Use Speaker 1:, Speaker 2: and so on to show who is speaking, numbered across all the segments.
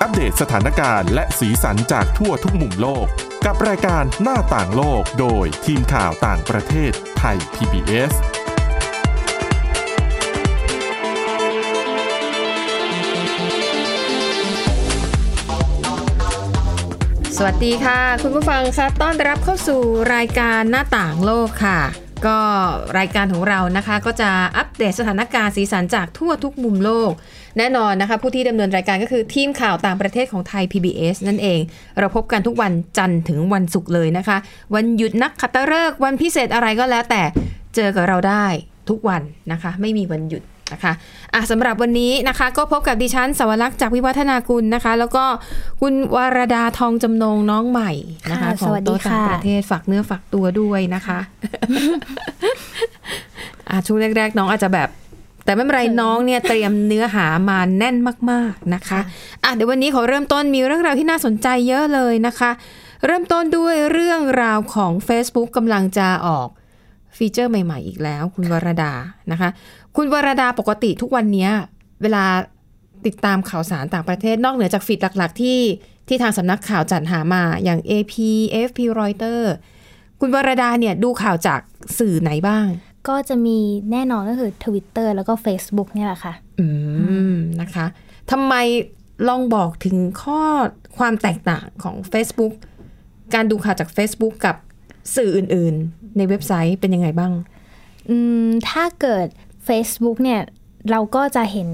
Speaker 1: อัปเดตสถานการณ์และสีสันจากทั่วทุกมุมโลก กับรายการหน้าต่างโลกโดยทีมข่าวต่างประเทศไทย PBS
Speaker 2: สวัสดีค่ะ คุณผู้ฟังคะต้อนรับเข้าสู่รายการหน้าต่างโลกค่ะ ก็รายการของเรานะคะก็จะอัปเดตสถานการณ์สีสันจากทั่วทุกมุมโลก แน่นอนนะคะ ผู้ที่ดำเนินรายการก็คือทีมข่าวต่างประเทศของไทย PBS นั่นเอง เราพบกันทุกวันจันทร์ถึงวันศุกร์เลยนะคะ วันหยุดนักขัตฤกษ์วันพิเศษอะไรก็แล้วแต่เจอกับเราได้ทุกวันนะคะ ไม่มีวันหยุด นะคะอ่ะสำหรับวันนี้นะคะก็พบกับดิฉันสวรักษ์จากวิวัฒนากุลนะคะ แล้วก็คุณวารดาทองจำนงน้องใหม่นะคะ
Speaker 3: ค่ะ
Speaker 2: ขอ
Speaker 3: ส
Speaker 2: ง
Speaker 3: วัสดี
Speaker 2: โต๊ะต่าง
Speaker 3: ค่ะ
Speaker 2: ประเทศฝากเนื้อฝากตัวด้วยนะคะ อ่ะช่วงแรกๆน้องอาจจะแบบ แต่ไม่เป็นไรน้องเนี่ยเตรียมเนื้อหามาแน่นมาก ๆนะคะอ่ะเดี๋ยววันนี้ขอเริ่มต้นมีเรื่องราวที่น่าสนใจเยอะเลยนะคะ เริ่มต้นด้วยเรื่องราวของ Facebook กำลังจะออก ฟีเจอร์ใหม่ ๆ อีกแล้ว คุณวรดานะคะ คุณวรดาปกติทุกวันเนี้ยเวลาติดตามข่าวสารต่างประเทศนอกเหนือจากฟีดหลัก ๆ ที่ที่ทางสำนักข่าวจัดหามาอย่าง AP FP Reuters คุณวรดาเนี่ยดูข่าวจากสื่อไหนบ้าง
Speaker 3: ก็จะมีแน่นอนก็คือ Twitter แล้วก็ Facebook เนี่ยแหละค่ะ
Speaker 2: อืมนะคะทำไมลองบอกถึงข้อความแตกต่างของ Facebook การดูข่าวจาก Facebook กับสื่ออื่น ๆ ในเว็บไซต์เป็นยังไงบ้าง
Speaker 3: อืมถ้าเกิด Facebook เนี่ย เราก็จะเห็น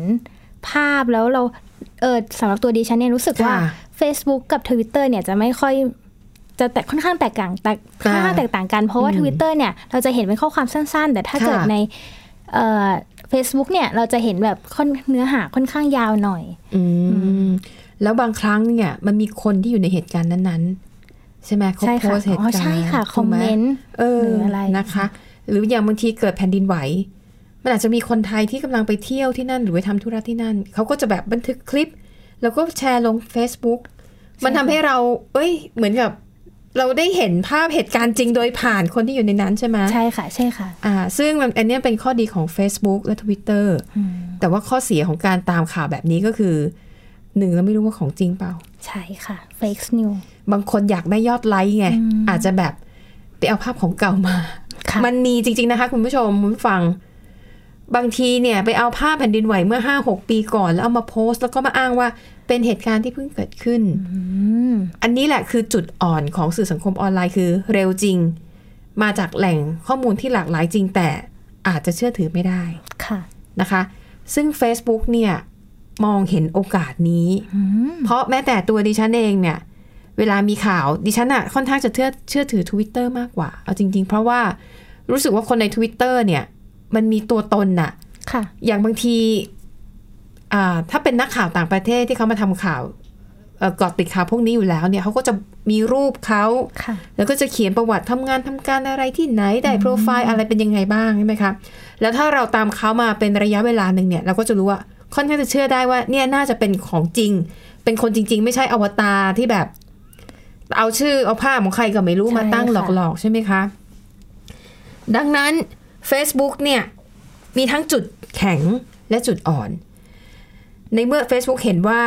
Speaker 3: ภาพแล้วเราเออสำหรับตัวดิฉันเนี่ยรู้สึกว่า
Speaker 2: ค่ะ
Speaker 3: Facebook กับ Twitter เนี่ยจะไม่ค่อยจะแตกค่อนข้างแตกต่างแต่ค่อนข้างแตกต่างกันเพราะว่า Twitter เนี่ยเราจะเห็นเป็นข้อความสั้น ๆ แต่ถ้าเกิด
Speaker 2: ค่ะ
Speaker 3: ในเอ่อ Facebook เนี่ยเราจะเห็นแบบค่อนเนื้อหาค่อนข้างยาวหน่อย
Speaker 2: อืมแล้วบางครั้งเนี่ยมันมีคนที่อยู่ในเหตุการณ์นั้นๆ ใช่ไหมเขา
Speaker 3: ใช่
Speaker 2: โพ
Speaker 3: ค่ะ
Speaker 2: สต์เหตุ
Speaker 3: อ๋
Speaker 2: การ
Speaker 3: อ
Speaker 2: ณ์
Speaker 3: ใช่ค่ะค
Speaker 2: ถู
Speaker 3: อกม
Speaker 2: ไห
Speaker 3: เมนต์
Speaker 2: เออ
Speaker 3: หรืออะไร
Speaker 2: นะคะ หรืออย่างบางทีเกิดแผ่นดินไหว มันอาจจะมีคนไทยที่กำลังไปเที่ยวที่นั่นหรือไปทำธุระที่นั่น เขาก็จะแบบบันทึกคลิป แล้วก็แชร์ลง Facebook มันทำให้เรา เอ้ย เหมือนกับ เราได้เห็นภาพเหตุการณ์จริงโดยผ่านคนที่อยู่ในนั้นใช่ไหม
Speaker 3: ใช่ค่ะใช่ค่ะ
Speaker 2: อ่าซึ่งมันอันเนี้ยเป็นข้อดีของ Facebook และ Twitter
Speaker 3: อืม
Speaker 2: แต่ว่าข้อเสียของการตามข่าวแบบนี้ก็คือหนึ่งเราไม่รู้ว่าของจริงเปล่า
Speaker 3: ใช่ค่ะ fake news
Speaker 2: บางคนอยากได้ยอดไลค์ไง อาจจะแบบไปเอาภาพของเก่ามา
Speaker 3: ค่ะ
Speaker 2: มันมีจริง ๆ นะคะ คุณผู้ชมคุณผู้ฟัง บางทีเนี่ย ไปเอาภาพแผ่นดินไหวเมื่อห้าหกปีก่อนแล้วเอามาโพสต์แล้วก็มาอ้างว่าเป็นเหตุการณ์ที่เพิ่งเกิดขึ้น
Speaker 3: อืม
Speaker 2: อันนี้แหละคือจุดอ่อนของสื่อสังคมออนไลน์คือเร็วจริง มาจากแหล่งข้อมูลที่หลากหลายจริง แต่อาจจะเชื่อถือไม่ได้
Speaker 3: ค่ะ
Speaker 2: นะคะซึ่ง Facebook เนี่ยมองเห็นโอกาสนี้ เพราะแม้แต่ตัวดิฉันเองเนี่ยเวลามีข่าวดิฉันอะค่อนข้างจะเชื่อเชื่อถือ Twitter มากกว่า เอาจริง ๆ เพราะว่ารู้สึกว่าคนใน Twitter เนี่ยมันมีตัวตนน่ะ
Speaker 3: ค่ะ
Speaker 2: อย่างบางทีอ่าถ้าเป็นนักข่าวต่างประเทศที่เขามาทำข่าวเอ่อเกาะติดข่าวพวกนี้อยู่แล้วเนี่ยเขาก็จะมีรูปเขา
Speaker 3: ค่ะ
Speaker 2: แล้วก็จะเขียนประวัติทำงานทำการอะไรที่ไหนได้โปรไฟล์อะไรเป็นยังไงบ้างใช่ไหมคะแล้วถ้าเราตามเขามาเป็นระยะเวลาหนึ่งเนี่ย เราก็จะรู้ว่าค่อนข้างจะเชื่อได้ว่า เนี่ยน่าจะเป็นของจริง เป็นคนจริง ๆ ไม่ใช่อวตารที่แบบ เอาชื่อเอาภาพของใครก็ไม่รู้
Speaker 3: ใช่
Speaker 2: มาตั้งห
Speaker 3: ค่ะ
Speaker 2: ลอกๆ ใช่ไหมคะ ดังนั้น Facebook เนี่ยมีทั้งจุดแข็งและจุดอ่อน ในเมื่อ Facebook เห็นว่า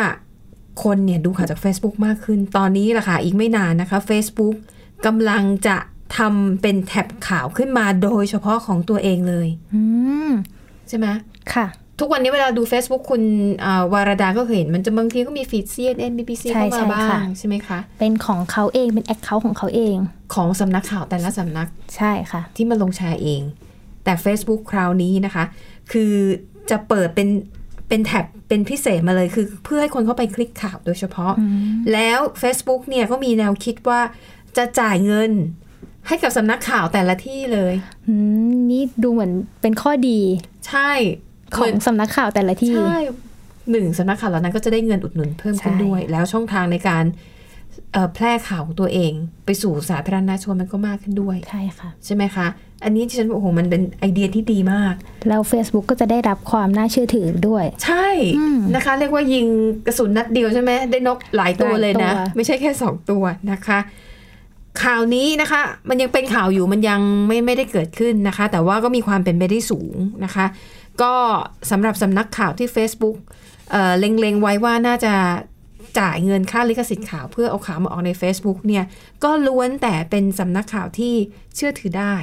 Speaker 2: คนเนี่ยดูข่าวจาก Facebook มากขึ้น ตอนนี้ล่ะค่ะ อีกไม่นานนะคะ Facebook กำลังจะทำเป็นแท็บข่าวขึ้นมาโดยเฉพาะของตัวเองเลย
Speaker 3: อืม
Speaker 2: ใช่ไหม
Speaker 3: ค่ะ
Speaker 2: ทุกวันนี้เวลาดู Facebook คุณอ่าวารดาก็เห็น มันจะบางทีก็มีฟีด CNN BBC
Speaker 3: ใช่
Speaker 2: เข้ามา
Speaker 3: ใช่
Speaker 2: บ้า
Speaker 3: ค่ะ
Speaker 2: ง ใช่ไหมคะ
Speaker 3: เป็นของเขาเอง เป็นแอคเคาท์ของเขาเอง
Speaker 2: ของสำนักข่าวแต่ละสำนัก
Speaker 3: ใช่ค่ะ
Speaker 2: ที่มาลงแชร์เอง แต่ Facebook คราวนี้นะคะ คือจะเปิดเป็นเป็นแท็บเป็นพิเศษมาเลยคือ เพื่อให้คนเข้าไปคลิกข่าวโดยเฉพาะ แล้ว Facebook เนี่ยก็มีแนวคิดว่าจะจ่ายเงินให้กับสำนักข่าวแต่ละที่เลย
Speaker 3: อืม นี่ดูเหมือนเป็นข้อดี
Speaker 2: ใช่
Speaker 3: ข
Speaker 2: เห
Speaker 3: อ
Speaker 2: มื
Speaker 3: ง
Speaker 2: อน
Speaker 3: สำนักข่าวแต่ละที่
Speaker 2: ใช่หนึ่งสำนักข่าวเหล่านั้นก็จะได้เงินอุดหนุนเพิ่มขึ้น
Speaker 3: ใช่
Speaker 2: ด้วย แล้วช่องทางในการเอ่อแพร่ข่าวของตัวเอง ไปสู่สาธารณชนมันก็มากขึ้นด้วย
Speaker 3: ใช่ค่ะ
Speaker 2: ใช่ไหมคะ อันนี้ที่ฉันบอกโอ้โหมันเป็นไอเดียที่ดีมาก
Speaker 3: แล้ว Facebook ก็จะได้รับความน่าเชื่อถือด้วย
Speaker 2: ใช่นะคะ เรียกว่ายิงกระสุนนัดเดียวใช่ไหมได้นกหลายตัว
Speaker 3: หลาย
Speaker 2: เลยนะ
Speaker 3: ตัว
Speaker 2: ไม่ใช่แค่สองตัวนะคะ ข่าวนี้นะคะ มันยังเป็นข่าวอยู่มันยังไม่ไม่ได้เกิดขึ้นนะคะ แต่ว่าก็มีความเป็นไปได้สูงนะคะ ก็สำหรับสำนักข่าวที่ Facebook เอ่อเล็งๆไว้ว่าน่าจะ จ่ายเงินค่าลิขสิทธิ์ข่าวเพื่อเอาข่าวมาออกใน Facebook เนี่ยก็ล้วนแต่เป็นสำนักข่าวที่เชื่อถือได้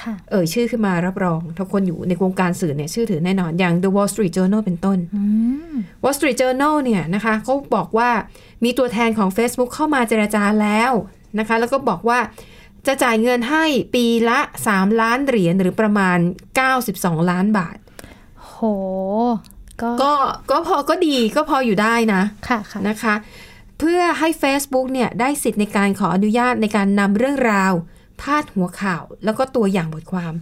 Speaker 3: ค่ะ
Speaker 2: เอ่ยชื่อขึ้นมารับรองถ้าคนอยู่ในวงการสื่อเนี่ยชื่อถือแน่นอน อย่าง The Wall Street Journal เป็นต้น
Speaker 3: อืม
Speaker 2: Wall Street Journal เนี่ยนะคะเขาบอกว่ามีตัวแทนของ Facebook เข้ามาเจรจาแล้วนะคะ แล้วก็บอกว่าจะจ่ายเงินให้ปีละ 3 ล้านเหรียญหรือประมาณ 92 ล้านบาท
Speaker 3: โห ก็
Speaker 2: ก็ก็พอก็ดีก็พออยู่ได้นะ
Speaker 3: ค่ะค่ะ
Speaker 2: นะคะ เพื่อให้ Facebook เนี่ยได้สิทธิ์ในการขออนุญาตในการนำเรื่องราว พาดหัวข่าว แล้วก็ตัวอย่างบทความ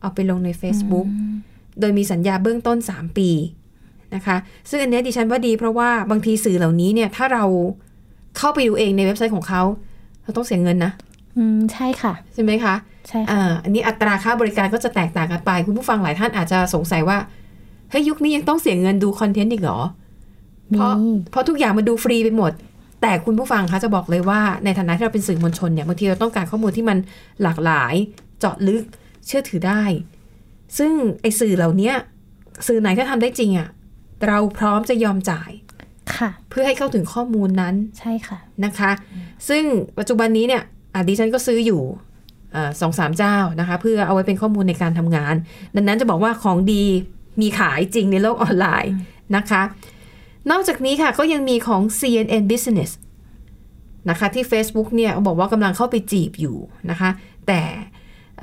Speaker 2: เอาไปลงใน Facebook โดยมีสัญญาเบื้องต้น 3 ปีนะคะ ซึ่งอันเนี้ยดิฉันว่าดีเพราะว่าบางทีสื่อเหล่านี้เนี่ยถ้าเราเข้าไปดูเองในเว็บไซต์ของเขา เราต้องเสียเงินนะ
Speaker 3: อืมใช่ค่ะ
Speaker 2: ใช่ไหมคะ
Speaker 3: ใช่ค่ะ
Speaker 2: อ่าอันนี้อัตราค่าบริการก็จะแตกต่างกันไป คุณผู้ฟังหลายท่านอาจจะสงสัยว่าเฮ้ยยุคนี้ยังต้องเสียเงินดูคอนเทนต์อีกเหรอ เพราะ
Speaker 3: มี
Speaker 2: เพราะทุกอย่างมันดูฟรีไปหมด แต่คุณผู้ฟังคะจะบอกเลยว่าในฐานะที่เราเป็นสื่อมวลชนเนี่ยบางทีเราต้องการข้อมูลที่มันหลากหลาย เจาะลึกเชื่อถือได้ ซึ่งไอสื่อเหล่าเนี้ยสื่อไหนถ้าทำได้จริงอะ่ะเราพร้อมจะยอมจ่าย
Speaker 3: ค่ะ
Speaker 2: เพื่อให้เข้าถึงข้อมูลนั้น
Speaker 3: ใช่ค่ะ
Speaker 2: นะคะ ซึ่งปัจจุบันนี้เนี่ยอ่ะดิฉันก็ซื้ออยู่อ่าสองสามเจ้านะคะ เพื่อเอาไว้เป็นข้อมูลในการทำงาน ดังนั้นจะบอกว่าของดีมีขายจริงในโลกออนไลน์นะคะ นอกจากนี้ค่ะก็ยังมีของ CNN Business นะคะที่ Facebook เนี่ยบอกว่ากำลังเข้าไปจีบอยู่นะคะ แต่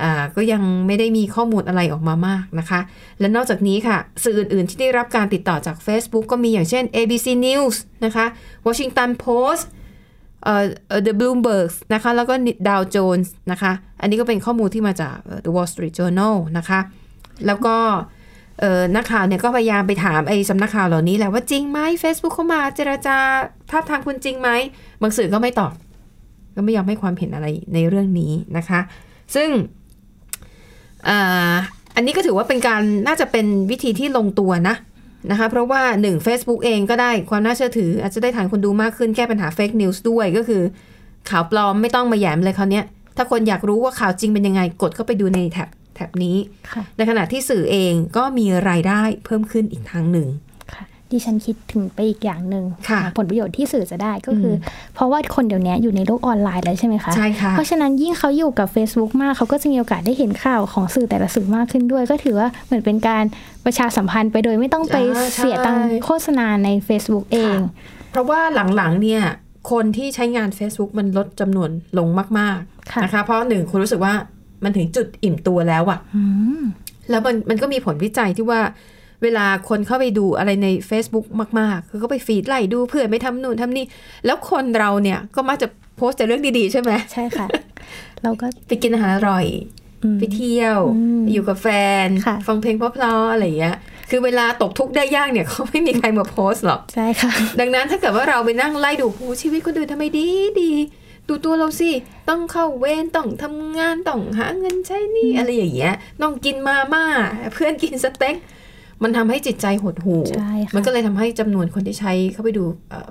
Speaker 2: อ่าก็ยังไม่ได้มีข้อมูลอะไรออกมามากนะคะ และนอกจากนี้ค่ะ สื่ออื่น ๆ ที่ได้รับการติดต่อจาก Facebook ก็มีอย่างเช่น ABC News นะคะ Washington Post เอ่อเอ่อ The Bloomberg นะคะ แล้วก็ Dow Jones นะคะ อันนี้ก็เป็นข้อมูลที่มาจากเอ่อ The Wall Street Journal นะคะ แล้วก็เอ่อนักข่าวเนี่ยก็พยายามไปถามไอ้สำนักข่าวเหล่านี้แหละว่าจริงไหม Facebook เข้ามาเจราจาทาบทางคุณจริงไหม บางสื่อก็ไม่ตอบ ก็ไม่ยอมให้ความเห็นอะไรในเรื่องนี้นะคะ ซึ่งเอ่ออันนี้ก็ถือว่าเป็นการน่าจะเป็นวิธีที่ลงตัวนะนะคะ เพราะว่า 1 Facebook เองก็ได้ความน่าเชื่อถือ อาจจะได้ฐานคนดูมากขึ้นแก้ปัญหาเฟกนิวส์ด้วยก็คือ ข่าวปลอมไม่ต้องมาแหยมเลยคราวเนี้ยถ้าคนอยากรู้ว่าข่าวจริงเป็นยังไงกดเข้าไปดูในแท็บแท็บนี้
Speaker 3: ค่ะ
Speaker 2: ในขณะที่สื่อเองก็มีรายได้เพิ่มขึ้นอีกทางหนึ่ง
Speaker 3: ค่ะ ดิฉันคิดถึงไปอีกอย่างหนึ่ง
Speaker 2: ค่ะ
Speaker 3: ผลประโยชน์ที่สื่อจะได้ก็คืออเพราะว่าคนเดี๋ยวนี้อยู่ในโลกออนไลน์แล้วใช่ไหมคะ
Speaker 2: ใช่ค่ะ
Speaker 3: เพราะฉะนั้นยิ่งเขาอยู่กับ Facebook มากเขาก็จะมีโอกาสได้เห็นข่าวของสื่อแต่ละสื่อมากขึ้นด้วย ก็ถือว่าเหมือนเป็นการประชาสัมพันธ์ไปโดยไม่ต้องไป
Speaker 2: อ่าใช่
Speaker 3: เสียตังค์โฆษณาใน Facebook เอง
Speaker 2: เพราะว่าหลังๆเนี่ยคนที่ใช้งาน Facebook มันลดจำนวนลงมาก
Speaker 3: ค่ะ
Speaker 2: ๆนะคะเพราะหนึ่งคุณรู้สึกว่ามันถึงจุดอิ่มตัวแล้วอะ
Speaker 3: อืม
Speaker 2: แล้วมันมันก็มีผลวิจัยที่ว่าเวลาคนเข้าไปดูอะไรใน Facebook มากๆ คือก็ไปฟีดไล่ดูเพื่อนไม่ทำนู่นทำนี่ แล้วคนเราเนี่ยก็มักจะโพสต์แต่เรื่องดีๆใช่ไหม
Speaker 3: ใช่ค่ะ เราก็
Speaker 2: ไปกินอาหารอร่อย
Speaker 3: อืม
Speaker 2: ไปเที่ยว
Speaker 3: อืม
Speaker 2: อยู่กับแฟน
Speaker 3: ค่ะ
Speaker 2: ฟังเพลงเพราะๆอะไรอย่างเงี้ย คือเวลาตกทุกข์ได้ยากเนี่ยเขา ไม่มีใครมาโพสต์หรอก
Speaker 3: ใช่ค่ะ
Speaker 2: ดังนั้นถ้าเกิดว่าเราไปนั่งไล่ดูผู้ชีวิตคนอื่นทำไมดีดี ดูตัวเราสิ ต้องเข้าเวรต้องทำงาน ต้องหาเงินใช้หนี่อะไรอย่างเงี้ย ต้องกินมาม่า เพื่อนกินสเต็ก มันทำให้จิตใจหดหู่
Speaker 3: ใช่ค่ะ
Speaker 2: มันก็เลยทำให้จำนวนคนที่ใช้เข้าไปดู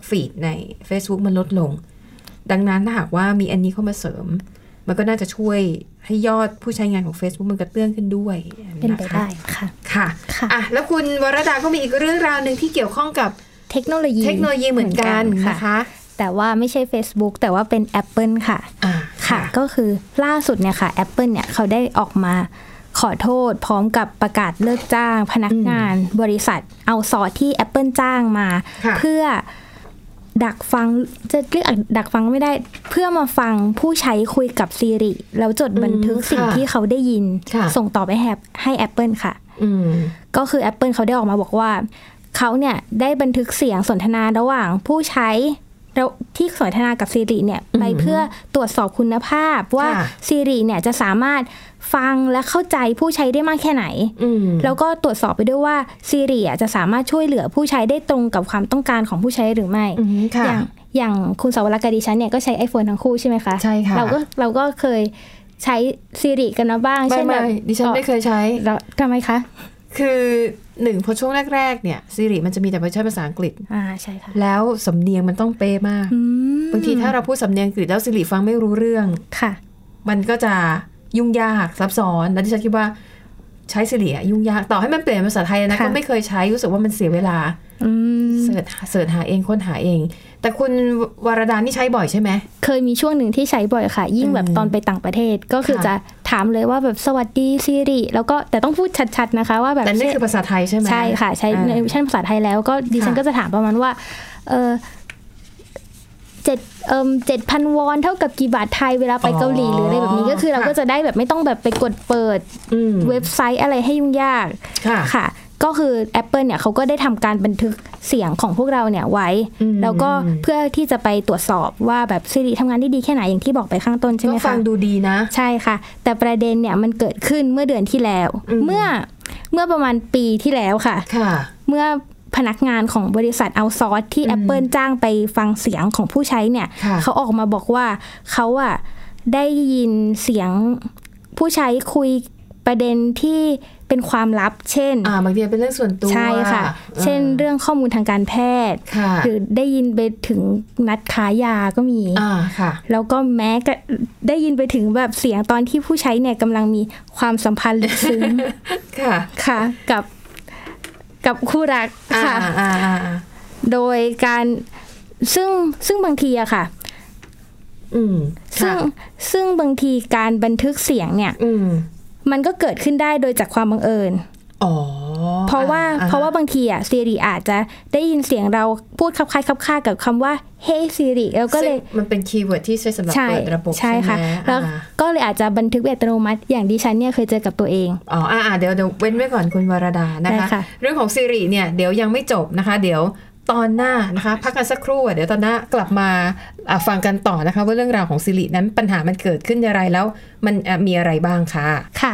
Speaker 2: ฟีดใน Facebook มันลดลง ดังนั้นถ้าหากว่ามีอันนี้เข้ามาเสริม มันก็น่าจะช่วยให้ยอดผู้ใช้งานของ Facebook มันกระเตื้องขึ้นด้วย
Speaker 3: เป็นไป
Speaker 2: นะคะ
Speaker 3: ได้ค่ะ
Speaker 2: ค่ะ
Speaker 3: ค่ะ
Speaker 2: อ่ะ แล้วคุณวรดาก็มีอีกเรื่องราวหนึ่งที่เกี่ยวข้องกับ
Speaker 3: เทคโนโลยี
Speaker 2: เทคโนโลยีเหมือนกันนะ
Speaker 3: ค่ะ
Speaker 2: คะ
Speaker 3: แต่ว่าไม่ใช่ Facebook แต่ว่าเป็น Apple ค่ะ
Speaker 2: อ่า
Speaker 3: ค่ะ ก็คือล่าสุดเนี่ยค่ะ Apple เนี่ยเขาได้ออกมาขอโทษ พร้อมกับประกาศเลิกจ้าง พนักงานบริษัทเอาซอร์สที่ Apple จ้างมา
Speaker 2: ค่ะ
Speaker 3: เพื่อดักฟังจะเรียกดักฟังไม่ได้ เพื่อมาฟังผู้ใช้คุยกับ Siri แล้วจดบันทึก
Speaker 2: อืม
Speaker 3: สิ่ง
Speaker 2: ค่ะ
Speaker 3: ที่เขาได้ยิน
Speaker 2: ค่ะ
Speaker 3: ส่งต่อไปให้ให้ Apple ค่ะ
Speaker 2: อืม
Speaker 3: ก็คือ Apple เขาได้ออกมาบอกว่า เขาเนี่ยได้บันทึกเสียงสนทนาระหว่างผู้ใช้แล้วที่สนทนากับ Siri เนี่ยไปเพื่อตรวจสอบคุณภาพว่า
Speaker 2: ค่ะ
Speaker 3: Siri เนี่ยจะสามารถฟังและเข้าใจผู้ใช้ได้มากแค่ไหน
Speaker 2: อืม
Speaker 3: แล้วก็ตรวจสอบไปด้วยว่า Siri อ่ะจะสามารถช่วยเหลือผู้ใช้ได้ตรงกับความต้องการของผู้ใช้หรือไม่
Speaker 2: อืมค่ะ
Speaker 3: อย่างอย่างคุณสาวรักษ์กับดิฉันเนี่ยก็ใช้ iPhone ทั้งคู่ใช่ไหมคะ
Speaker 2: ใช่ค่ะ
Speaker 3: เราก็เราก็เคยใช้ Siri กันมาบ้าง
Speaker 2: ไม่
Speaker 3: เช่นแบ
Speaker 2: ไม่
Speaker 3: บ
Speaker 2: ดิฉันไม่เคยใช้
Speaker 3: เราทำไมคะ
Speaker 2: คือหนึ่งพอช่วงแรก ๆ เนี่ยซีรีมันจะมีแต่เวอร์ชันภาษาอังกฤษ
Speaker 3: อ่าใช่ค่ะ
Speaker 2: แล้วสำเนียงมันต้องเป๊ะมาก
Speaker 3: อืม
Speaker 2: บางทีถ้าเราพูดสำเนียงอังกฤษแล้วซีรีฟังไม่รู้เรื่อง
Speaker 3: ค่ะ
Speaker 2: มันก็จะยุ่งยากซับซ้อน แล้วดิฉันคิดว่า ใช้สิริอะยุ่งยากต่อให้มันเปลี่ยนเป็นภาษาไทยนะ
Speaker 3: ค่ะ
Speaker 2: ก็ไม่เคยใช้รู้สึกว่ามันเสียเวลา
Speaker 3: อืม
Speaker 2: เสิร์ชเสิร์ชหาเองค้นหาเอง แต่คุณวรดานี่ใช้บ่อยใช่ไหม
Speaker 3: เคยมีช่วงหนึ่งที่ใช้บ่อยค่ะ ยิ่งแบบ
Speaker 2: อืม
Speaker 3: ตอนไปต่างประเทศก็คือ
Speaker 2: ค่ะ
Speaker 3: จะถามเลยว่าแบบสวัสดีซิริแล้วก็แต่ต้องพูดชัดๆนะคะว่าแบบ
Speaker 2: แต่นี่คือภาษาไทยใช่ไหม
Speaker 3: ใช่ค่ะ ใช้
Speaker 2: อ่า
Speaker 3: ในเวอร์ชันภาษาไทยแล้วก็ดิฉัน
Speaker 2: ค่ะ
Speaker 3: ก็จะถามประมาณว่าเออเจ็ดเอ่มเจ็ดพันวอนเท่ากับกี่บาทไทยเวลาไปเกาหลีหรืออะไรแบบนี้ก็คือเราก็จะได้แบบไม่ต้องแบบไปกดเปิด
Speaker 2: อืม
Speaker 3: เว็บไซต์อะไรให้ยุ่งยาก
Speaker 2: ค่ะ
Speaker 3: ค่ะ ก็คือ Apple เนี่ยเขาก็ได้ทำการบันทึกเสียงของพวกเราเนี่ยไว้
Speaker 2: อืม
Speaker 3: แล้วก็เพื่อที่จะไปตรวจสอบว่าแบบซิริทำงานได้ดีแค่ไหนอย่างที่บอกไปข้างต้นใช่ไหม
Speaker 2: ก็
Speaker 3: คะ
Speaker 2: ฟังดูดีนะ
Speaker 3: ใช่ค่ะ แต่ประเด็นเนี่ยมันเกิดขึ้นเมื่อเดือนที่แล้ว
Speaker 2: อืม
Speaker 3: เมื่อเมื่อประมาณปีที่แล้วค่ะ
Speaker 2: ค่ะ
Speaker 3: เมื่อพนักงานของบริษัทเอาซอสที่
Speaker 2: อืม
Speaker 3: Apple จ้างไปฟังเสียงของผู้ใช้เนี่ย
Speaker 2: ค่ะ
Speaker 3: เขาออกมาบอกว่าเขาอะได้ยินเสียงผู้ใช้คุยประเด็นที่เป็นความลับ เช่น
Speaker 2: อ่าบางทีเป็นเรื่องส่วนตัว
Speaker 3: ใช่ค่ะ
Speaker 2: ออ
Speaker 3: เช่นเรื่องข้อมูลทางการแพทย์
Speaker 2: ค่ะ
Speaker 3: หรือได้ยินไปถึงนัดค้ายาก็มี
Speaker 2: อ่าค่ะ
Speaker 3: แล้วก็แม้กระได้ยินไปถึงแบบเสียงตอนที่ผู้ใช้เนี่ยกำลังมีความสัมพันธ์ลึกซึ้ง
Speaker 2: ค่ะ
Speaker 3: ค่ะ กับกับคู่รัก
Speaker 2: อ่า
Speaker 3: ค่ะ
Speaker 2: อ่าอ่าอ่า
Speaker 3: โดยการซึ่งซึ่งบางทีอะค่ะ
Speaker 2: อืม
Speaker 3: ซึ่
Speaker 2: ค่ะ
Speaker 3: งซึ่งบางทีการบันทึกเสียงเนี่ย
Speaker 2: อืม
Speaker 3: มันก็เกิดขึ้นได้โดยจากความบังเอิญ
Speaker 2: อ๋อ
Speaker 3: เพราะว่า
Speaker 2: อ่
Speaker 3: เพราะว่าบางทีอะซีรีอาจจะได้ยินเสียงเราพูดคับคล้ายคับค่ากับคำว่าเฮ้ซีรีแล้วก็เลย
Speaker 2: ซึ่งมันเป็นคีย์เวิร์ดที่ใช้สำหรับ
Speaker 3: ใช่
Speaker 2: เปิดระบบ
Speaker 3: ใช่
Speaker 2: ใช่ไหม
Speaker 3: ค่ะแล้ว
Speaker 2: อ่า
Speaker 3: ก็เลยอาจจะบันทึกอัตโนมัติอย่างดิฉันเนี่ยเคยเจอกับตัวเอง
Speaker 2: อ๋ออ่าอ่าเดี๋ยวเดี๋ยวเว้นไว้ก่อนคุณวรดานะ
Speaker 3: ได้
Speaker 2: คะ
Speaker 3: ค่ะ
Speaker 2: เรื่องของซีรีเนี่ยเดี๋ยวยังไม่จบนะคะ เดี๋ยวตอนหน้านะคะ พักกันสักครู่อะเดี๋ยวตอนหน้ากลับมาอ่ะฟังกันต่อนะคะ ว่าเรื่องราวของซีรีนั้นปัญหามันเกิดขึ้นอย่างไรแล้วมันอ่ะมีอะไรบ้างค่ะ
Speaker 3: ค่ะ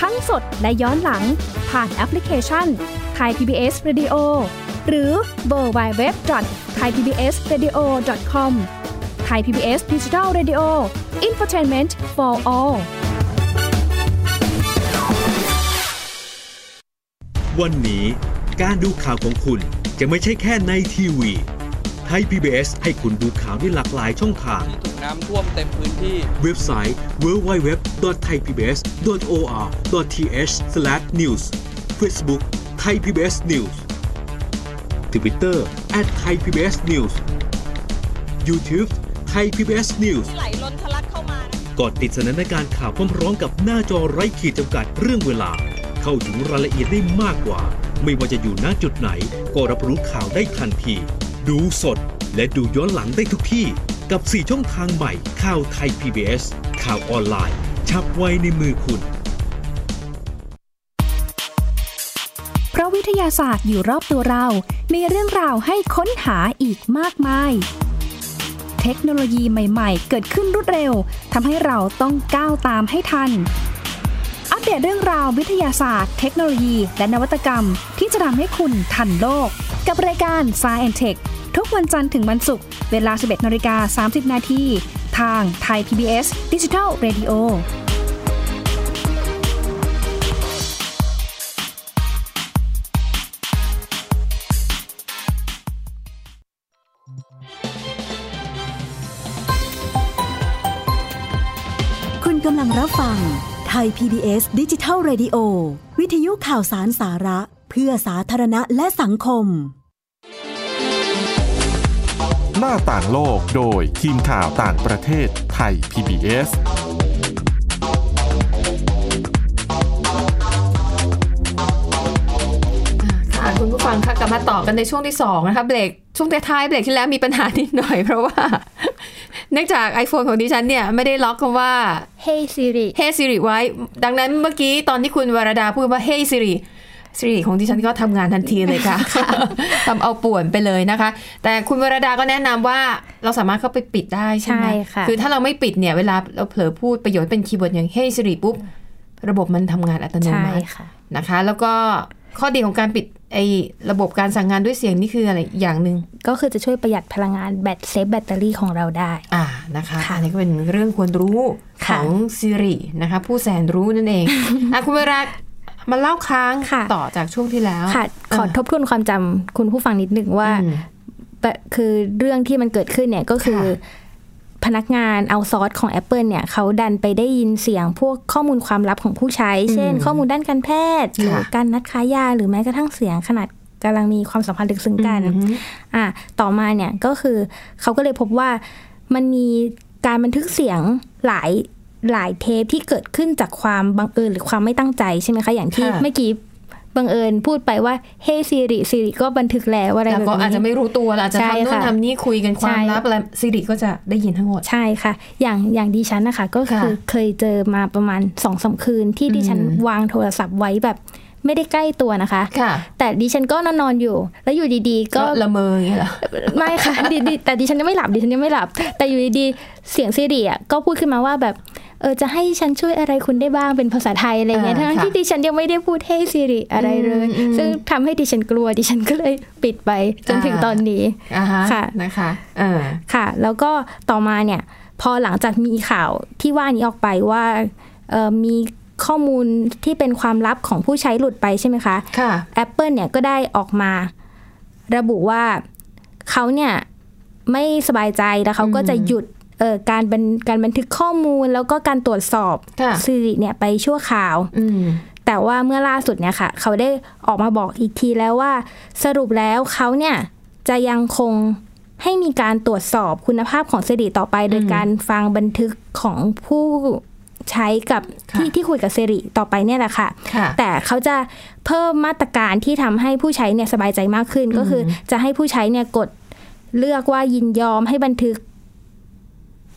Speaker 4: ทั้งสดและย้อนหลัง ผ่านแอปพลิเคชันไทย PBS Radio หรือเวอร์ไบเว็บไทยพีบีเอสเรดิโอ .com ไทย PBS ดิจิทัล Radio Infotainment for all
Speaker 5: วันนี้การดูข่าวของคุณจะไม่ใช่แค่ในทีวีไทย PBS ให้คุณดูข่าวได้หลากหลายช่องทาง
Speaker 6: ที่ถูกน้ำท่วมเต็มพื้นที่
Speaker 5: เว็บไซต์ www.thaipbs.or.th/news Facebook Thai PBS News Twitter @thaipbsnews YouTube Thai PBS News
Speaker 7: ไหลล้นทะลักเข้ามา
Speaker 5: กดติดสนันการณ์ข่าวพร้อมๆกับหน้าจอไร้ขีดจำกัดเรื่องเวลา เข้าถึงรายละเอียดได้มากกว่า ไม่ว่าจะอยู่ณจุดไหน ก็รับรู้ข่าวได้ทันที ดูสดและดูย้อนหลังได้ทุกที่ กับ 4 ช่องทางใหม่ ข่าวไทย PBS ข่าวออนไลน์ ชับไว้ในมือคุณ
Speaker 4: เพราะวิทยาศาสตร์อยู่รอบตัวเรา มีเรื่องราวให้ค้นหาอีกมากมาย เทคโนโลยีใหม่ ๆ เกิดขึ้นรวดเร็ว ทำให้เราต้องก้าวตามให้ทัน อัปเดตเรื่องราววิทยาศาสตร์ เทคโนโลยี และนวัตกรรม ที่จะทำให้คุณทันโลก กับรายการ s c i e n t e c h ทุกวันจันทร์ถึงวันศุกร์ เวลา 11นาฬิกา30 นาทีทางไทย PBS Digital Radio
Speaker 8: คุณกำลังรับฟังไทย PBS ดิจิทัล Radio วิทยุข่าวสารสาระ เพื่อสาธารณะและสังคม
Speaker 1: หน้าต่างโลกโดยทีมข่าวต่างประเทศไทย PBS
Speaker 2: ค่ะคุณผู้ฟังค่ะกลับมาต่อกันในช่วงที่ 2 นะคะเบรกช่วงท้ายๆเบรกที่แล้วมีปัญหานิดหน่อย เพราะว่า เนื่องจาก iPhone ของดิฉันเนี่ย ไม่ได้ล็อกคำว่า
Speaker 3: Hey Siri
Speaker 2: Hey Siri ไว้ ดังนั้นเมื่อกี้ตอนที่คุณวรดาพูดว่า Hey Siri Siri ของดิฉันก็ทำงานทันทีเลย ค่ะ ทำเอาป่วนไปเลยนะคะ แต่คุณวรดาก็แนะนำว่าเราสามารถเข้าไปปิดได้ใช่ไหม
Speaker 3: ใช่ค่ะ
Speaker 2: คือถ้าเราไม่ปิดเนี่ยเวลาเราเผลอพูดประโยชน์เป็นคีย์เวิร์ดอย่าง Hey Siri ปุ๊บระบบมันทำงานอัตโน
Speaker 3: ใช่
Speaker 2: มัติ
Speaker 3: ค่ะ
Speaker 2: นะคะ แล้วก็ข้อดีของการปิดไอ้ระบบการสั่งงานด้วยเสียงนี่คืออะไรอย่างหนึ่ง
Speaker 3: ก็คือจะช่วยประหยัดพลังงานแบตเซฟแบตเตอรี่ของเราได้
Speaker 2: อ่านะคะ
Speaker 3: ค่ะ
Speaker 2: อันนี้ก็เป็นเรื่องควรรู้ข
Speaker 3: ค่ะ
Speaker 2: องซิรินะคะ ผู้แสนรู้นั่นเอง อ่ะคุณเวรักมาเล่าค้างต่อจากช่วงที่แล้ว
Speaker 3: ค่ะ ขอทบทวนความจำคุณผู้ฟังนิดหนึ่งว่า
Speaker 2: อืม
Speaker 3: แบบคือเรื่องที่มันเกิดขึ้นเนี่ยก็คือ พนักงานเอาซอสของ Apple เนี่ยเขาดันไปได้ยินเสียงพวกข้อมูลความลับของผู้ใช้ เช่น ข้อมูลด้านการแพทย์หรือ
Speaker 2: ค่ะ
Speaker 3: การนัดค้ายาหรือแม้กระทั่งเสียงขนาดกำลังมีความสัมพันธ์ลึกซึ้งกัน
Speaker 2: อืม
Speaker 3: อ่ะต่อมาเนี่ยก็คือเขาก็เลยพบว่ามันมีการบันทึกเสียงหลายหลายเทปที่เกิดขึ้นจากความบังเอิญหรือความไม่ตั้งใจใช่ไหมคะอย่างที่
Speaker 2: ค่ะ
Speaker 3: เมื่อกี้บังเอิญพูดไปว่าเฮ้ซีริซีริก็บันทึกแล้วอะไรแบ
Speaker 2: แล้ว
Speaker 3: บ
Speaker 2: ก็อาจจะ
Speaker 3: นี้
Speaker 2: ไม่รู้ตัวอาจจะ
Speaker 3: ใช่
Speaker 2: ทำนู่น
Speaker 3: ค่ะ
Speaker 2: ทำนี่คุยกันความ
Speaker 3: ใช่
Speaker 2: ลับอะไรซิริก็จะได้ยินทั้งหมด
Speaker 3: ใช่ค่ะ อย่างอย่างดิฉันนะคะก็
Speaker 2: ค่ะ
Speaker 3: คือเคยเจอมาประมาณสองสามคืนที่ดิฉัน
Speaker 2: อืม
Speaker 3: วางโทรศัพท์ไว้แบบไม่ได้ใกล้ตัวนะคะ
Speaker 2: ค่ะ
Speaker 3: แต่ดิฉันก็นอนนอนๆอยู่ แล้วอยู่ดีๆ
Speaker 2: ก็
Speaker 3: ก็
Speaker 2: ละเมออย่างเงี้ยเหรอ
Speaker 3: ไม่ค่ะ ดิดิแต่ดิฉันยังไม่หลับดิฉันยังไม่หลับ แต่อยู่ดีๆเสียงซีรีอ่ะก็พูดขึ้นมาว่าแบบเออจะให้ฉันช่วยอะไรคุณได้บ้างเป็นภาษาไทยอะไรเงี้ย
Speaker 2: อ่า
Speaker 3: ทั้ง
Speaker 2: ค่ะ
Speaker 3: ที่ดิฉันยังไม่ได้พูดให้ซีรีอะไรเลย
Speaker 2: อืมอืม
Speaker 3: ซึ่งทำให้ดิฉันกลัวดิฉันก็เลยปิดไปจน
Speaker 2: อ่า
Speaker 3: ถึงตอนนี้
Speaker 2: อ่าฮะ
Speaker 3: ค่ะ
Speaker 2: นะคะเออ
Speaker 3: ค่ะ แล้วก็ต่อมาเนี่ยพอหลังจากมีข่าวที่ว่านี้ออกไปว่าเออมีข้อมูลที่เป็นความลับของผู้ใช้หลุดไปใช่ไหมคะ
Speaker 2: ค่ะ
Speaker 3: Apple เนี่ยก็ได้ออกมาระบุว่าเขาเนี่ยไม่สบายใจแล้วเขาก็จะหยุดเอ่อการบันการบันทึกข้อมูลแล้วก็การตรวจสอบ
Speaker 2: ค่ะ
Speaker 3: สิริเนี่ยไปชั่วคราว
Speaker 2: อืม
Speaker 3: แต่ว่าเมื่อล่าสุดเนี่ยค่ะ เขาได้ออกมาบอกอีกทีแล้วว่า สรุปแล้วเขาเนี่ยจะยังคงให้มีการตรวจสอบคุณภาพของสิริต่อไป โดยการฟังบันทึกของผู้ใช้กับ
Speaker 2: ค่ะ
Speaker 3: ที่ที่คุยกับสิริต่อไปเนี่ยแหละค่ะ
Speaker 2: ค่ะ
Speaker 3: แต่เขาจะเพิ่มมาตรการที่ทำให้ผู้ใช้เนี่ยสบายใจมากขึ้น ก็คือจะให้ผู้ใช้เนี่ยกดเลือกว่ายินยอมให้บันทึก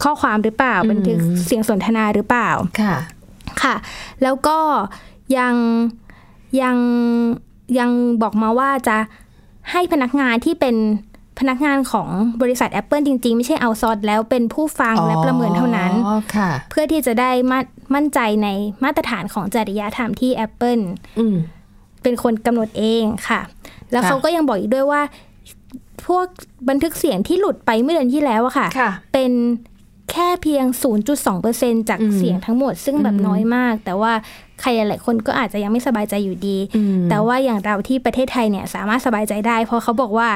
Speaker 3: ข้อความหรือเปล่า
Speaker 2: อืม
Speaker 3: บันทึกเสียงสนทนาหรือเปล่า
Speaker 2: ค่ะ
Speaker 3: ค่ะ แล้วก็ยังยังยังบอกมาว่าจะให้พนักงานที่เป็นพนักงานของบริษัท Apple จริง ๆ ไม่ใช่เอาซอดแล้วเป็นผู้ฟังและประเมินเท่านั้น
Speaker 2: อ๋อค่ะ
Speaker 3: เพื่อที่จะได้มามั่นใจในมาตรฐานของจริยธรรมที่ Apple
Speaker 2: อืม
Speaker 3: เป็นคนกำหนดเองค่ะ แล้ว
Speaker 2: ค่ะ
Speaker 3: เขาก็ยังบอกอีกด้วยว่า พวกบันทึกเสียงที่หลุดไปเมื่อเดือนที่แล้วอะค่ะ
Speaker 2: ค่ะ
Speaker 3: เป็นแค่เพียง 0.2%จาก
Speaker 2: อืม
Speaker 3: เสียงทั้งหมด ซึ่งแบบ
Speaker 2: อืม
Speaker 3: น้อยมาก แต่ว่าใครหลายๆคนก็อาจจะยังไม่สบายใจอยู่ดี
Speaker 2: อืม
Speaker 3: แต่ว่าอย่างเราที่ประเทศไทยเนี่ยสามารถสบายใจได้ เพราะเขาบอกว่า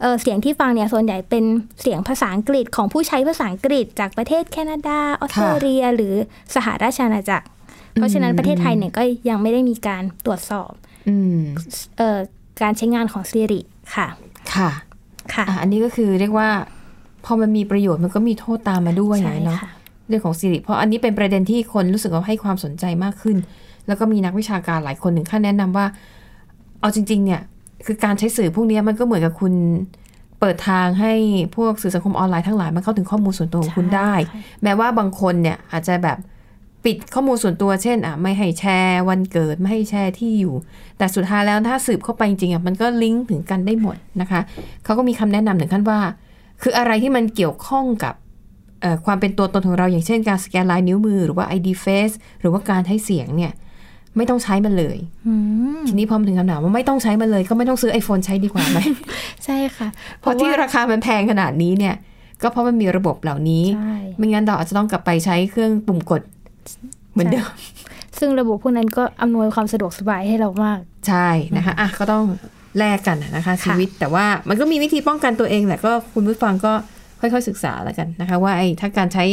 Speaker 3: เออเสียงที่ฟังเนี่ยส่วนใหญ่เป็นเสียงภาษาอังกฤษของผู้ใช้ภาษาอังกฤษ จากประเทศแคนาดาออสเตรเลีย หรือสหราชอาณาจักร เพราะฉะนั้นประเทศไทยเนี่ยก็ยังไม่ได้มีการตรวจสอบ
Speaker 2: อืม
Speaker 3: เอ่อการใช้งานของ Siri ค่ะ
Speaker 2: ค่ะ
Speaker 3: ค่ะ
Speaker 2: อ่ะ อันนี้ก็คือเรียกว่า พอมันมีประโยชน์มันก็มีโทษตามมาด้วย
Speaker 3: ใช่
Speaker 2: เนาะ
Speaker 3: ค่ะ
Speaker 2: เรื่องของสิริเพราะอันนี้เป็นประเด็นที่คนรู้สึกว่าให้ความสนใจมากขึ้น แล้วก็มีนักวิชาการหลายคนถึงขั้นแนะนำว่า เอาจริง ๆ เนี่ย คือการใช้สื่อพวกเนี้ยมันก็เหมือนกับคุณเปิดทางให้พวกสื่อสังคมออนไลน์ทั้งหลายมันเข้าถึงข้อมูลส่วนตัวของคุณได้ แม้ว่าบางคนเนี่ยอาจจะแบบปิดข้อมูลส่วนตัวเช่นอ่ะไม่ให้แชร์วันเกิดไม่ให้แชร์ที่อยู่ แต่สุดท้ายแล้วถ้าสืบเข้าไปจริงๆอ่ะมันก็ลิงก์ถึงกันได้หมดนะคะเขาก็มีคำแนะนำถึงขั้นว่า คืออะไรที่มันเกี่ยวข้องกับ เอ่อความเป็นตัวตนของเราอย่างเช่นการสแกนลายนิ้วมือหรือว่า ID Face หรือว่าการให้เสียงเนี่ย ไม่ต้องใช้มันเลย ทีนี้พอมนถึงคำถามว่าไม่ต้องใช้มันเลย ก็ไม่ต้องซื้อ iPhone ใช้ดีกว่า ไหม
Speaker 3: ใช่ค่ะ
Speaker 2: เพราะที่ราคามันแพงขนาดนี้เนี่ย ก็เพราะมันมีระบบเหล่านี้
Speaker 3: ใช่
Speaker 2: ไม่งั้นเราอาจจะต้องกลับไปใช้เครื่องปุ่มกด เหมือนเดิม
Speaker 3: ซึ่งระบบพวกนั้นก็อำนวยความสะดวกสบายให้เรามาก
Speaker 2: ใช่นะคะอ่ะก็ต้องแลกกันนะคะ ชีวิตแต่ว่ามันก็มีวิธีป้องกันตัวเองแหละก็คุณผู้ฟังก็ค่อยๆศึกษาแล้วกันนะคะ ว่าไอ้ถ้าการใช้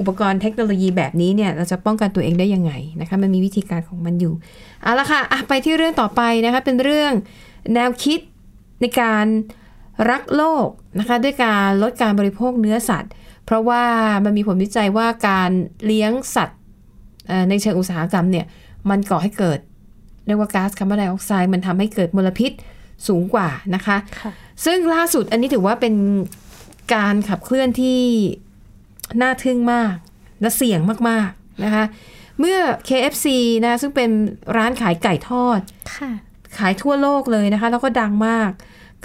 Speaker 2: อุปกรณ์เทคโนโลยีแบบนี้เนี่ย เราจะป้องกันตัวเองได้ยังไงนะคะ มันมีวิธีการของมันอยู่เอาละค่ะอ่ะไปที่เรื่องต่อไปนะคะ เป็นเรื่องแนวคิดในการรักโลกนะคะ ด้วยการลดการบริโภคเนื้อสัตว์ เพราะว่ามันมีผลวิจัยว่าการเลี้ยงสัตว์ เอ่อในเชิงอุตสาหกรรมเนี่ยมันก่อให้เกิดเรียกว่าก๊าซคาร์บอนไดออกไซด์มันทำให้เกิดมลพิษสูงกว่านะคะ
Speaker 3: ค่ะ
Speaker 2: ซึ่งล่าสุดอันนี้ถือว่าเป็นการขับเคลื่อนที่น่าทึ่งมากและเสี่ยงมากๆนะคะ เมื่อ KFC นะซึ่งเป็นร้านขายไก่ทอด
Speaker 3: ค่ะ
Speaker 2: ขายทั่วโลกเลยนะคะ แล้วก็ดังมาก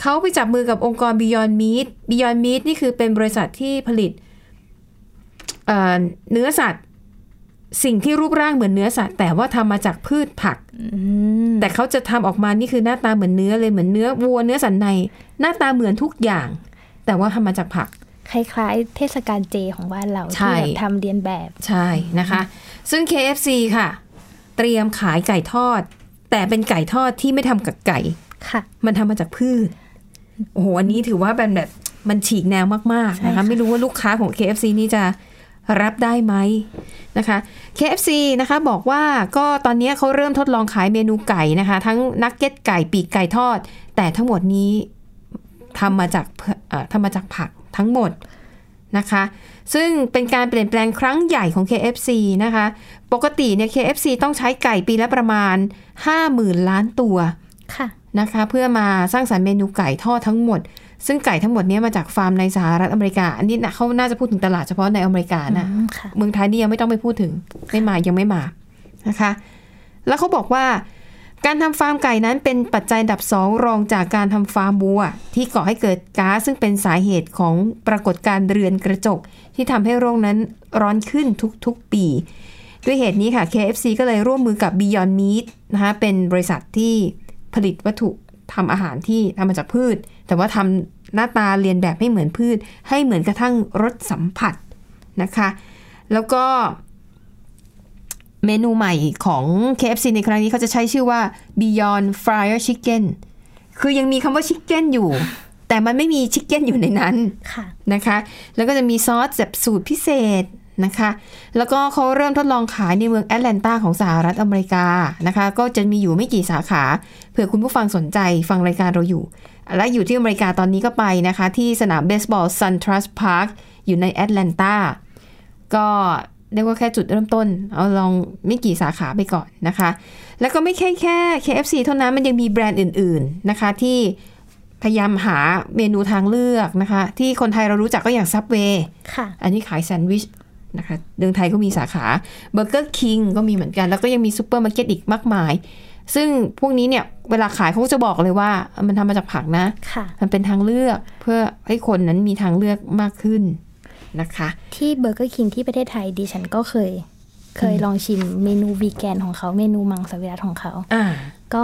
Speaker 2: เขาไปจับมือกับองค์กร Beyond Meat Beyond Meat นี่คือเป็นบริษัทที่ผลิตเอ่อเนื้อสัตว์ สิ่งที่รูปร่างเหมือนเนื้อสัตว์ แต่ว่าทำมาจากพืชผัก
Speaker 3: อืม
Speaker 2: แต่เขาจะทำออกมานี่คือหน้าตาเหมือนเนื้อเลยเหมือนเนื้อวัวเนื้อสันใน หน้าตาเหมือนทุกอย่าง แต่ว่าทำมาจากผัก
Speaker 3: คล้าย ๆ เทศกาลเจของบ้านเรา
Speaker 2: ใช่
Speaker 3: ที่แบบทำเรียนแบบ
Speaker 2: ใช่นะคะ ซึ่ง KFC ค่ะ เตรียมขายไก่ทอด แต่เป็นไก่ทอดที่ไม่ทำกับไก่
Speaker 3: ค่ะ
Speaker 2: มันทำมาจากพืช โอ้โห อันนี้ถือว่าเป็นแบบมันฉีกแนวมากๆ
Speaker 3: ใช่
Speaker 2: นะคะ
Speaker 3: ค่ะ
Speaker 2: ไม่รู้ว่าลูกค้าของ KFC นี่จะรับได้ไหมนะคะ KFC นะคะบอกว่าก็ตอนนี้เขาเริ่มทดลองขายเมนูไก่นะคะ ทั้งนักเก็ตไก่ปีกไก่ทอด แต่ทั้งหมดนี้ทำมาจากเอ่อทำมาจากผักทั้งหมดนะคะ ซึ่งเป็นการเปลี่ยนแปลงครั้งใหญ่ของ KFC นะคะ ปกติเนี่ย KFC ต้องใช้ไก่ปีละประมาณ 50,000 ล้านตัว
Speaker 3: ค่ะ
Speaker 2: นะคะเพื่อมาสร้างสรรค์เมนูไก่ทอดทั้งหมด ซึ่งไก่ทั้งหมดเนี้มาจากฟาร์มในสหรัฐอเมริกา อันนี้นะเขาน่าจะพูดถึงตลาดเฉพาะในอเมริกานะ
Speaker 3: อืมค่ะ
Speaker 2: เมืองไทยนี่ยังไม่ต้องไปพูดถึงไม่มายังไม่มานะคะ แล้วเขาบอกว่า การทำฟาร์มไก่นั้นเป็นปัจจัยอันดับสองรองจากการทำฟาร์มวัว ที่ก่อให้เกิดก๊าซซึ่งเป็นสาเหตุของปรากฏการณ์เรือนกระจก ที่ทำให้โรคนั้นร้อนขึ้นทุกๆปี ด้วยเหตุนี้ค่ะ KFC ก็เลยร่วมมือกับ Beyond Meat นะคะเป็นบริษัทที่ผลิตวัตถุทำอาหารที่ทำมาจากพืช แต่ว่าทำหน้าตาเรียนแบบให้เหมือนพืช ให้เหมือนกระทั่งรสสัมผัสนะคะ แล้วก็ เมนูใหม่ของ KFC ในครั้งนี้เขาจะใช้ชื่อว่า Beyond Fryer Chicken คือยังมีคำว่า chicken อยู่ แต่มันไม่มี chicken อยู่ในนั้น
Speaker 3: ค่ะ
Speaker 2: นะคะ แล้วก็จะมีซอสแบบสูตรพิเศษนะคะ แล้วก็เขาเริ่มทดลองขายในเมืองแอตแลนตาของสหรัฐอเมริกานะคะ ก็จะมีอยู่ไม่กี่สาขา เผื่อคุณผู้ฟังสนใจฟังรายการเราอยู่ และอยู่ที่อเมริกาตอนนี้ก็ไปนะคะ ที่สนามเบสบอลซันทรัสพาร์คอยู่ในแอตแลนตา ก็เรียกว่าแค่จุดเริ่มต้น เอาลองไม่กี่สาขาไปก่อนนะคะ แล้วก็ไม่แค่แค่ KFC เท่านั้นมันยังมีแบรนด์อื่น ๆนะคะที่ พยายามหาเมนูทางเลือกนะคะ ที่คนไทยเรารู้จักก็อย่างซับเวย์
Speaker 3: ค่ะ
Speaker 2: อันนี้ขายแซนด์วิชนะคะเมืองไทยก็มีสาขาเบอร์เกอร์คิงก็มีเหมือนกัน แล้วก็ยังมีซูเปอร์มาร์เก็ตอีกมากมาย ซึ่งพวกนี้เนี่ยเวลาขายเขาก็จะบอกเลยว่ามันทำมาจากผักนะ
Speaker 3: ค่ะ
Speaker 2: มันเป็นทางเลือกเพื่อให้คนนั้นมีทางเลือกมากขึ้นนะคะ
Speaker 3: ที่เบอร์เกอร์คิงที่ประเทศไทยดิฉันก็เคย เคยลองชิมเมนูวีแกนของเขาเมนูมังสวิรัตของเขา
Speaker 2: อ่า
Speaker 3: ก็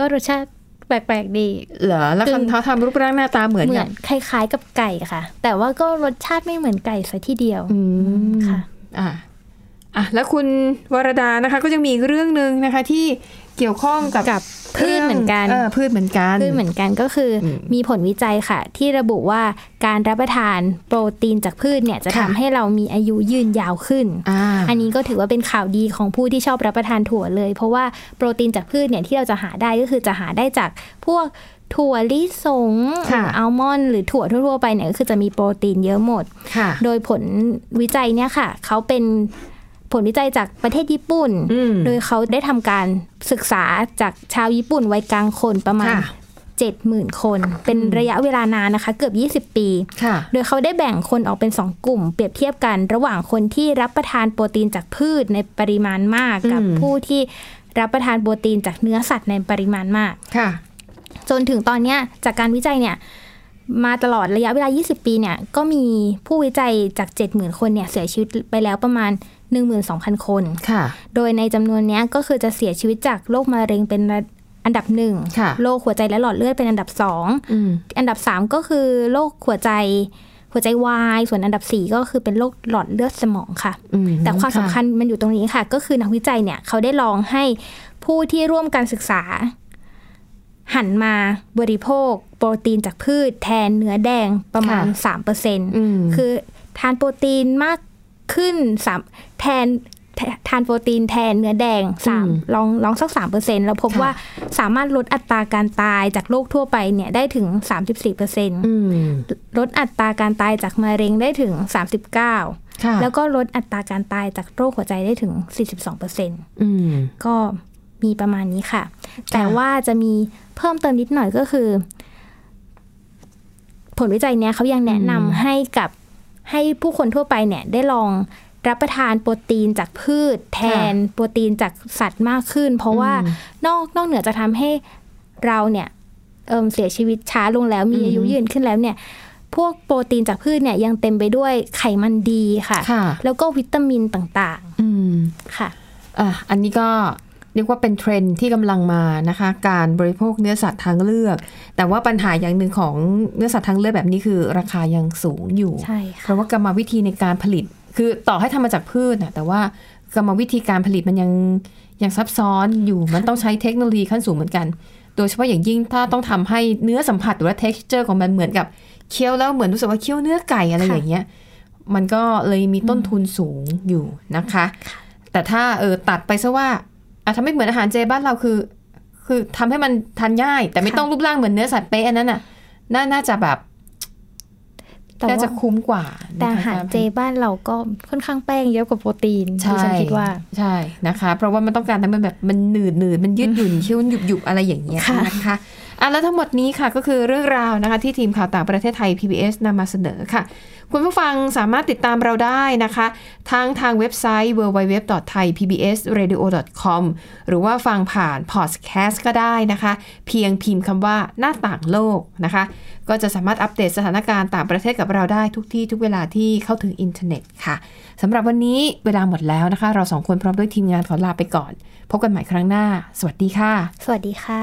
Speaker 3: ก็รสชาติแปลกๆดี
Speaker 2: เหรอแล้วคันเขาทำรูปร่างหน้าตาเหมือน
Speaker 3: เหมื
Speaker 2: กั
Speaker 3: อน นคล้ายๆกับไก่ค่ะ แต่ว่าก็รสชาติไม่เหมือนไก่ซะทีเดียว
Speaker 2: อืม
Speaker 3: ค่ะ
Speaker 2: อ่ะอ่ะ แล้วคุณวรดานะคะ ก็ยังมีอีกเรื่องหนึ่งนะคะที่เกี่ยวข้องกับ
Speaker 3: กับพืชเหมือนกัน
Speaker 2: เพืชเหมือนกัน
Speaker 3: คือเหมือนกันก็คืออ
Speaker 2: ม
Speaker 3: มีผลวิจัยค่ะ ที่ระบุว่าการรับประทานโปรตีนจากพืชเนี่ยจะ
Speaker 2: ค่ะ
Speaker 3: ทำให้เรามีอายุยืนยาวขึ้น
Speaker 2: อ่า
Speaker 3: อันนี้ก็ถือว่าเป็นข่าวดีของผู้ที่ชอบรับประทานถั่วเลย เพราะว่าโปรตีนจากพืชเนี่ยที่เราจะหาได้ก็คือจะหาได้จากพวกถั่วลิสง
Speaker 2: ค่ะ
Speaker 3: อัลมอนด์หรือถั่วทั่วๆไปเนี่ยก็คือจะมีโปรตีนเยอะหมด
Speaker 2: ค่ะ
Speaker 3: โดยผลวิจัยเนี่ยค่ะ เขาเป็นผลวิจัยจากประเทศญี่ปุ่น
Speaker 2: อืม
Speaker 3: โดยเขาได้ทำการศึกษาจากชาวญี่ปุ่นวัยกลางคนประมาณ
Speaker 2: ค่ะ
Speaker 3: 70,000 คน เป็นระยะเวลานานนะคะ เกือบ 20 ปี
Speaker 2: ค่ะ
Speaker 3: โดยเขาได้แบ่งคนออกเป็น 2 กลุ่ม เปรียบเทียบกันระหว่างคนที่รับประทานโปรตีนจากพืชในปริมาณมาก กับ
Speaker 2: อืม
Speaker 3: ผู้ที่รับประทานโปรตีนจากเนื้อสัตว์ในปริมาณมาก
Speaker 2: ค่ะ
Speaker 3: จนถึงตอนเนี้ยจากการวิจัยเนี่ยมาตลอดระยะเวลา 20 ปีเนี่ยก็มีผู้วิจัยจาก 70,000 คนเนี่ยเสียชีวิตไปแล้วประมาณ 12,000 คน
Speaker 2: ค่ะ
Speaker 3: โดยในจำนวนเนี้ยก็คือจะเสียชีวิตจากโรคมะเร็งเป็นอันดับหนึ่ง
Speaker 2: ค่ะ
Speaker 3: โรคหัวใจและหลอดเลือดเป็นอันดับสอง
Speaker 2: อืม
Speaker 3: อันดับ 3 ก็คือโรคหัวใจหัวใจวาย ส่วนอันดับ 4 ก็คือเป็นโรคหลอดเลือดสมองค่ะ
Speaker 2: อืม
Speaker 3: แต่ความสำคัญมันอยู่ตรงนี้ค่ะ ก็คือนักวิจัยเนี่ยเขาได้ลองให้ผู้ที่ร่วมการศึกษา หันมาบริโภค โปรตีนจากพืชแทนเนื้อแดงประมาณ
Speaker 2: อืม
Speaker 3: 3%คือทานโปรตีนมากขึ้นสามแทนแททานโปรตีนแทนเนื้อแดงสามลองลองสักสามเปอร์เซ็นแล้วพบว่าสามารถลดอัตราการตายจากโรคทั่วไปเนี่ยได้ถึง 34%อร์เซ็น
Speaker 2: อืม
Speaker 3: ลดอัตราการตายจากมะเร็งได้ถึง 39
Speaker 2: ค่ะ
Speaker 3: แล้วก็ลดอัตราการตายจากโรคหัวใจได้ถึง 42%
Speaker 2: อืม
Speaker 3: ก็มีประมาณนี้ค่ะ แต่ว่าจะมีเพิ่มเติมนิดหน่อยก็คือ ผลวิจัยเนี้ยเขายังแนะนำให้กับให้ผู้คนทั่วไปเนี่ยได้ลองรับประทานโปรตีนจากพืช แทนโปรตีนจากสัตว์มากขึ้น เพราะว่านอกนอกเหนือจะทำให้เราเนี่ยเอิ่มเสียชีวิตช้าลงแล้วมีอายุยืนขึ้นแล้วเนี่ย พวกโปรตีนจากพืชเนี่ยยังเต็มไปด้วยไขมันดีค่ะ
Speaker 2: ค่ะ
Speaker 3: แล้วก็วิตามินต่าง
Speaker 2: อืม ม
Speaker 3: ค่ะ
Speaker 2: อ่ะอันนี้ก็เรียกว่าเป็นเทรนด์ที่กำลังมานะคะ การบริโภคเนื้อสัตว์ทางเลือก แต่ว่าปัญหาอย่างหนึ่งของเนื้อสัตว์ทางเลือกแบบนี้คือ ราคายังสูงอยู่
Speaker 3: ใช่
Speaker 2: เพ
Speaker 3: ค่ะ
Speaker 2: ราะว่ากรรมวิธีในการผลิต คือต่อให้ทำมาจากพืชนะแต่ว่ากรรมวิธีการผลิตมันยังยังซับซ้อนอยู่ มันต้องใช้เทคโนโลยีขั้นสูงเหมือนกัน โดยเฉพาะอย่างยิ่งถ้าต้องทำให้เนื้อสัมผัสหรือว่า texture ของมันเหมือนกับเคี้ยวแล้วเหมือนรู้สึกว่าเคี้ยวเนื้อไก่อะไร
Speaker 3: ค่ะ
Speaker 2: อย่างเงี้ย มันก็เลยมีต้นทุนสูงอยู่นะคะ แต่ถ้าเออตัดไปซะว่าอ่ะทำให้เหมือนอาหารเจบ้านเราคือ คือทำให้มันทานง่าย แต่ไม่ต้องรูปร่างเหมือนเนื้อสัตว์เป๊ะอันนั้นน่ะนาน่าจะแบบ
Speaker 3: แต่
Speaker 2: น่าจะ
Speaker 3: ว่า
Speaker 2: คุ้มกว่า
Speaker 3: แต่อาหาร
Speaker 2: นะคะ
Speaker 3: เจบ้านเราก็ค่อนข้างแป้งเยอะกว่าโปรตีน
Speaker 2: ใช่
Speaker 3: ดิฉันคิดว่า
Speaker 2: ใช่นะคะ เพราะว่ามันต้องการให้มันแบบมันหนืดหนืดมันยืดหยุ่นเคี้ยวหยุบหยุบอะไรอย่างเงี้ย
Speaker 3: ค่ะ
Speaker 2: นะคะอ่ะแล้วทั้งหมดนี้ค่ะก็คือเรื่องราวนะคะ ที่ทีมข่าวต่างประเทศไทย PBS นำมาเสนอค่ะ คุณผู้ฟังสามารถติดตามเราได้นะคะ ทั้งทางเว็บไซต์ www.thaipbsradio.com หรือว่าฟังผ่านพอดแคสต์ก็ได้นะคะ เพียงพิมพ์คำว่าหน้าต่างโลกนะคะ ก็จะสามารถอัปเดตสถานการณ์ต่างประเทศกับเราได้ทุกที่ทุกเวลาที่เข้าถึงอินเทอร์เน็ตค่ะสำหรับวันนี้เวลาหมดแล้วนะคะ เราสองคนพร้อมด้วยทีมงานขอลาไปก่อน พบกันใหม่ครั้งหน้า สวัสดีค่ะ
Speaker 3: สวัสดีค่ะ